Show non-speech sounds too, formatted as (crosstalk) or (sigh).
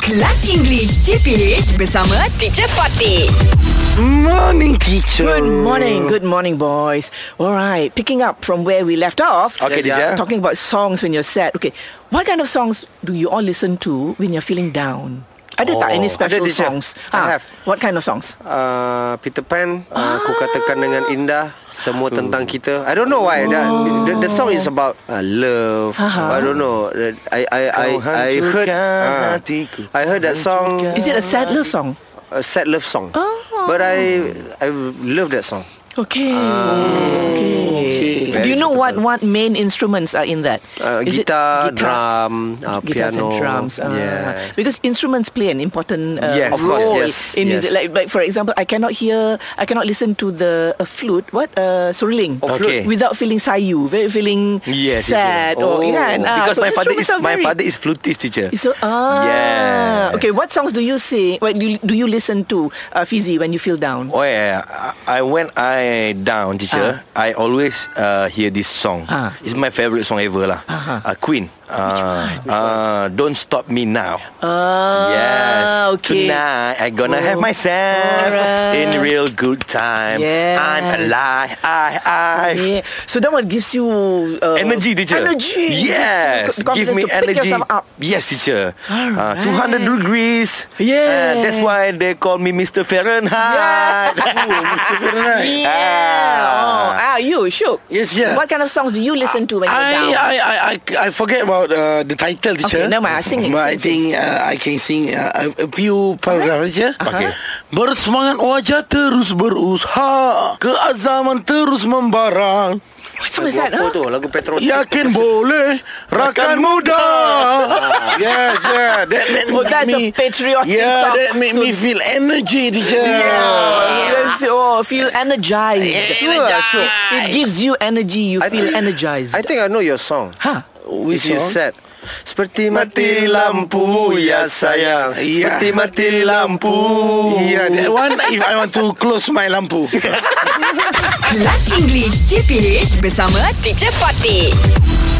Kelas English CPH bersama Teacher Fatih. Morning, teacher. Good morning, good morning, boys. All right, picking up from where we left off. Okay, teacher. Talking about songs when you're sad. Okay, what kind of songs do you all listen to when you're feeling down? Ada tak Oh. any special Ada, teacher. songs? I Ah, have. what kind of songs? Uh, Peter Pan, Ah. uh, aku katakan dengan indah semua Hmm. tentang kita. I don't know why. That, Oh. the, the song is about uh, love. Aha. I don't know. I I I Kau I heard. hancurkan ah, hatiku. I heard that song. Hancurkan. Is it a sad love Uh, song? A sad love song. Oh. But I I love that song. Okay. Ah, okay. Do you know what what main instruments are in that? Uh, Is it guitar, drum, uh, guitars piano. and drums. ah. Yeah. Because instruments play an important uh, Yes, of role course, yes, in yes. music. Like, like for example, I cannot hear, I cannot listen to the uh, flute. What uh, suruling? Oh, flute. Okay. Without feeling sayu, very feeling Yes, Oh. yes, yes. sad. Or, yeah, and, ah, because so my father is instruments are my very- father is flutist teacher. So ah Yes. okay. What songs do you sing? What do you, do you listen to, uh, Fizi, when you feel down? Oh yeah, I, I when I down teacher, I always uh, hear this song. Ah. Uh-huh. It's my favorite song ever lah. Aha. Uh, Queen. Uh, uh, don't stop me now. Oh, yes. Ah, okay. Oh, Tonight I gonna have myself Alright. in real good time. Yes. I'm alive. I I. Yeah. So that one gives you uh, Oh. Energy teacher Energy. Gives you Yes the confidence Give me to pick energy yourself up. Yes teacher uh, Alright. 200 degrees Yeah. Uh, That's why they call me Mr. Fahrenheit (laughs) Oh, Yeah. Oh, Ah. ah, you shook. Yes, yeah. What kind of songs do you listen to when you're down? I, uh, I, I, I, I forget about uh, the title, teacher. never mind. Sing it, But I sing, think uh, I can sing uh, a- a few paragraphs, teacher. Okay. Bersemangat wajah terus berusaha. Keazaman terus membarang. What song is that? Apa Huh? tu lagu Petro? Yakin (laughs) boleh rakan muda. (laughs) yes, yeah. That, that Oh, make that's a me, patriotic Yeah, song. that make me feel energy, teacher. You feel, oh, feel energized. Energized. Sure, sure. It gives you energy. You feel energized. I think I know your song. Huh. Which is song? sad. Seperti mati lampu ya sayang. Ya. Seperti mati lampu. Yeah, that one if I want to close my (laughs) lampu. Kelas English CPH bersama Teacher Fatih.